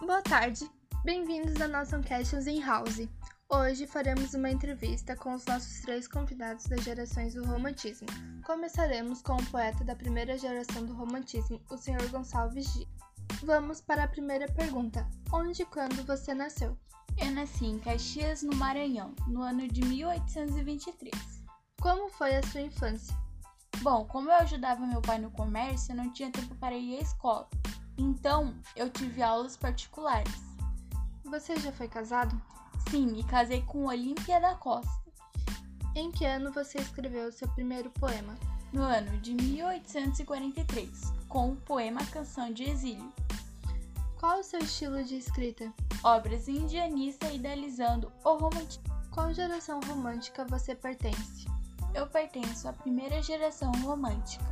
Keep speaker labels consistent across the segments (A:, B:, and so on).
A: Boa tarde, bem-vindos à nossa Questions in House. Hoje faremos uma entrevista com os nossos três convidados das gerações do romantismo. Começaremos com o poeta da primeira geração do romantismo, o Sr. Gonçalves Dias. Vamos para a primeira pergunta: onde e quando você nasceu?
B: Eu nasci em Caxias, no Maranhão, no ano de 1823.
A: Como foi a sua infância?
B: Bom, como eu ajudava meu pai no comércio, eu não tinha tempo para ir à escola. Então, eu tive aulas particulares.
A: Você já foi casado?
B: Sim, me casei com Olímpia da Costa,
A: Em que ano você escreveu o seu primeiro poema?
B: no ano de 1843, com o poema Canção de Exílio.
A: Qual o seu estilo de escrita?
B: Obras indianistas idealizando o romantismo.
A: Qual geração romântica você pertence?
B: Eu pertenço à primeira geração romântica.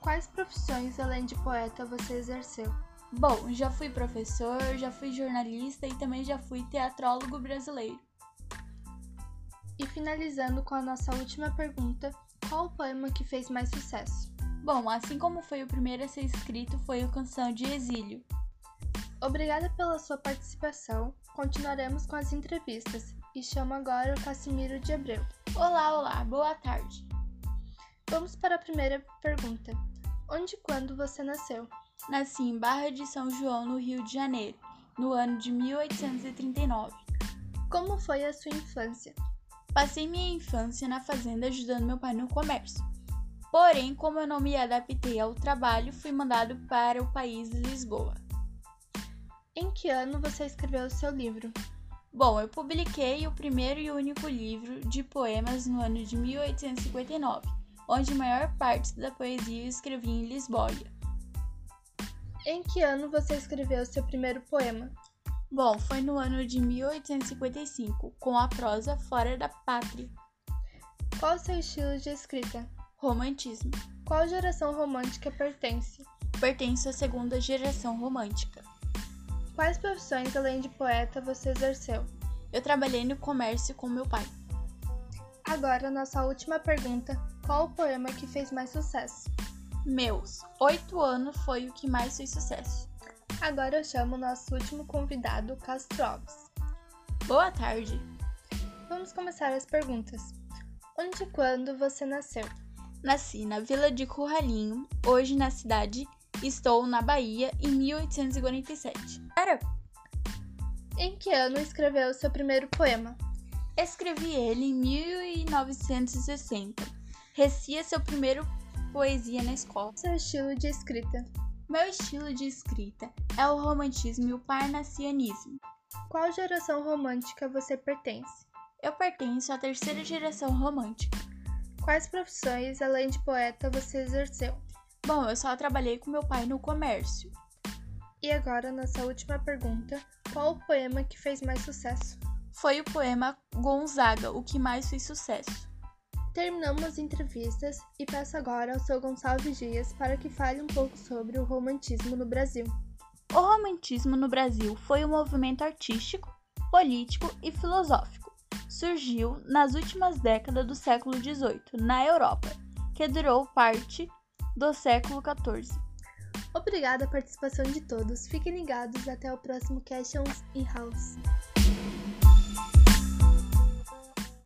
A: Quais profissões além de poeta você exerceu?
B: Bom, já fui professor, já fui jornalista e também já fui teatrólogo brasileiro.
A: E finalizando com a nossa última pergunta, qual o poema que fez mais sucesso?
B: Bom, assim como foi o primeiro a ser escrito, foi o Canção de Exílio.
A: Obrigada pela sua participação. Continuaremos com as entrevistas e chamo agora o Casimiro de Abreu.
B: Olá, olá, boa tarde.
A: Vamos para a primeira pergunta. Onde e quando você nasceu?
B: Nasci em Barra de São João, no Rio de Janeiro, no ano de 1839.
A: Como foi a sua infância?
B: Passei minha infância na fazenda ajudando meu pai no comércio. Porém, como eu não me adaptei ao trabalho, fui mandado para o país de Lisboa.
A: Em que ano você escreveu o seu livro?
B: Bom, eu publiquei o primeiro e único livro de poemas no ano de 1859, onde a maior parte da poesia eu escrevi em Lisboa.
A: Em que ano você escreveu o seu primeiro poema?
B: Bom, foi no ano de 1855, com a prosa Fora da Pátria,
A: Qual o seu estilo de escrita?
B: Romantismo.
A: Qual geração romântica pertence?
B: Pertenço à segunda geração romântica.
A: Quais profissões além de poeta você exerceu?
B: Eu trabalhei no comércio com meu pai.
A: Agora, nossa última pergunta: qual o poema que fez mais sucesso?
B: Meus oito anos foi o que mais fez sucesso.
A: Agora eu chamo o nosso último convidado, Castro Alves.
B: Boa tarde.
A: Vamos começar as perguntas. Onde e quando você nasceu?
B: Nasci na vila de Curralinho, hoje na cidade, estou na Bahia em 1847. Cara,
A: Em que ano escreveu o seu primeiro poema?
B: escrevi ele em 1960. Recia seu primeiro poesia na escola.
A: Seu estilo de escrita?
B: Meu estilo de escrita é o romantismo e o parnassianismo.
A: Qual geração romântica você pertence?
B: Eu pertenço à terceira geração romântica.
A: Quais profissões além de poeta você exerceu?
B: Bom, eu só trabalhei com meu pai no comércio.
A: E agora, nossa última pergunta: qual o poema que fez mais sucesso?
B: Foi o poema Gonzaga, o que mais fez sucesso.
A: Terminamos as entrevistas e peço agora ao seu Gonçalves Dias para que fale um pouco sobre o romantismo no Brasil.
B: O romantismo no Brasil foi um movimento artístico, político e filosófico. Surgiu nas últimas décadas do século XVIII, na Europa, que durou parte do século XIV.
A: Obrigada à participação de todos. Fiquem ligados até o próximo Cash in House.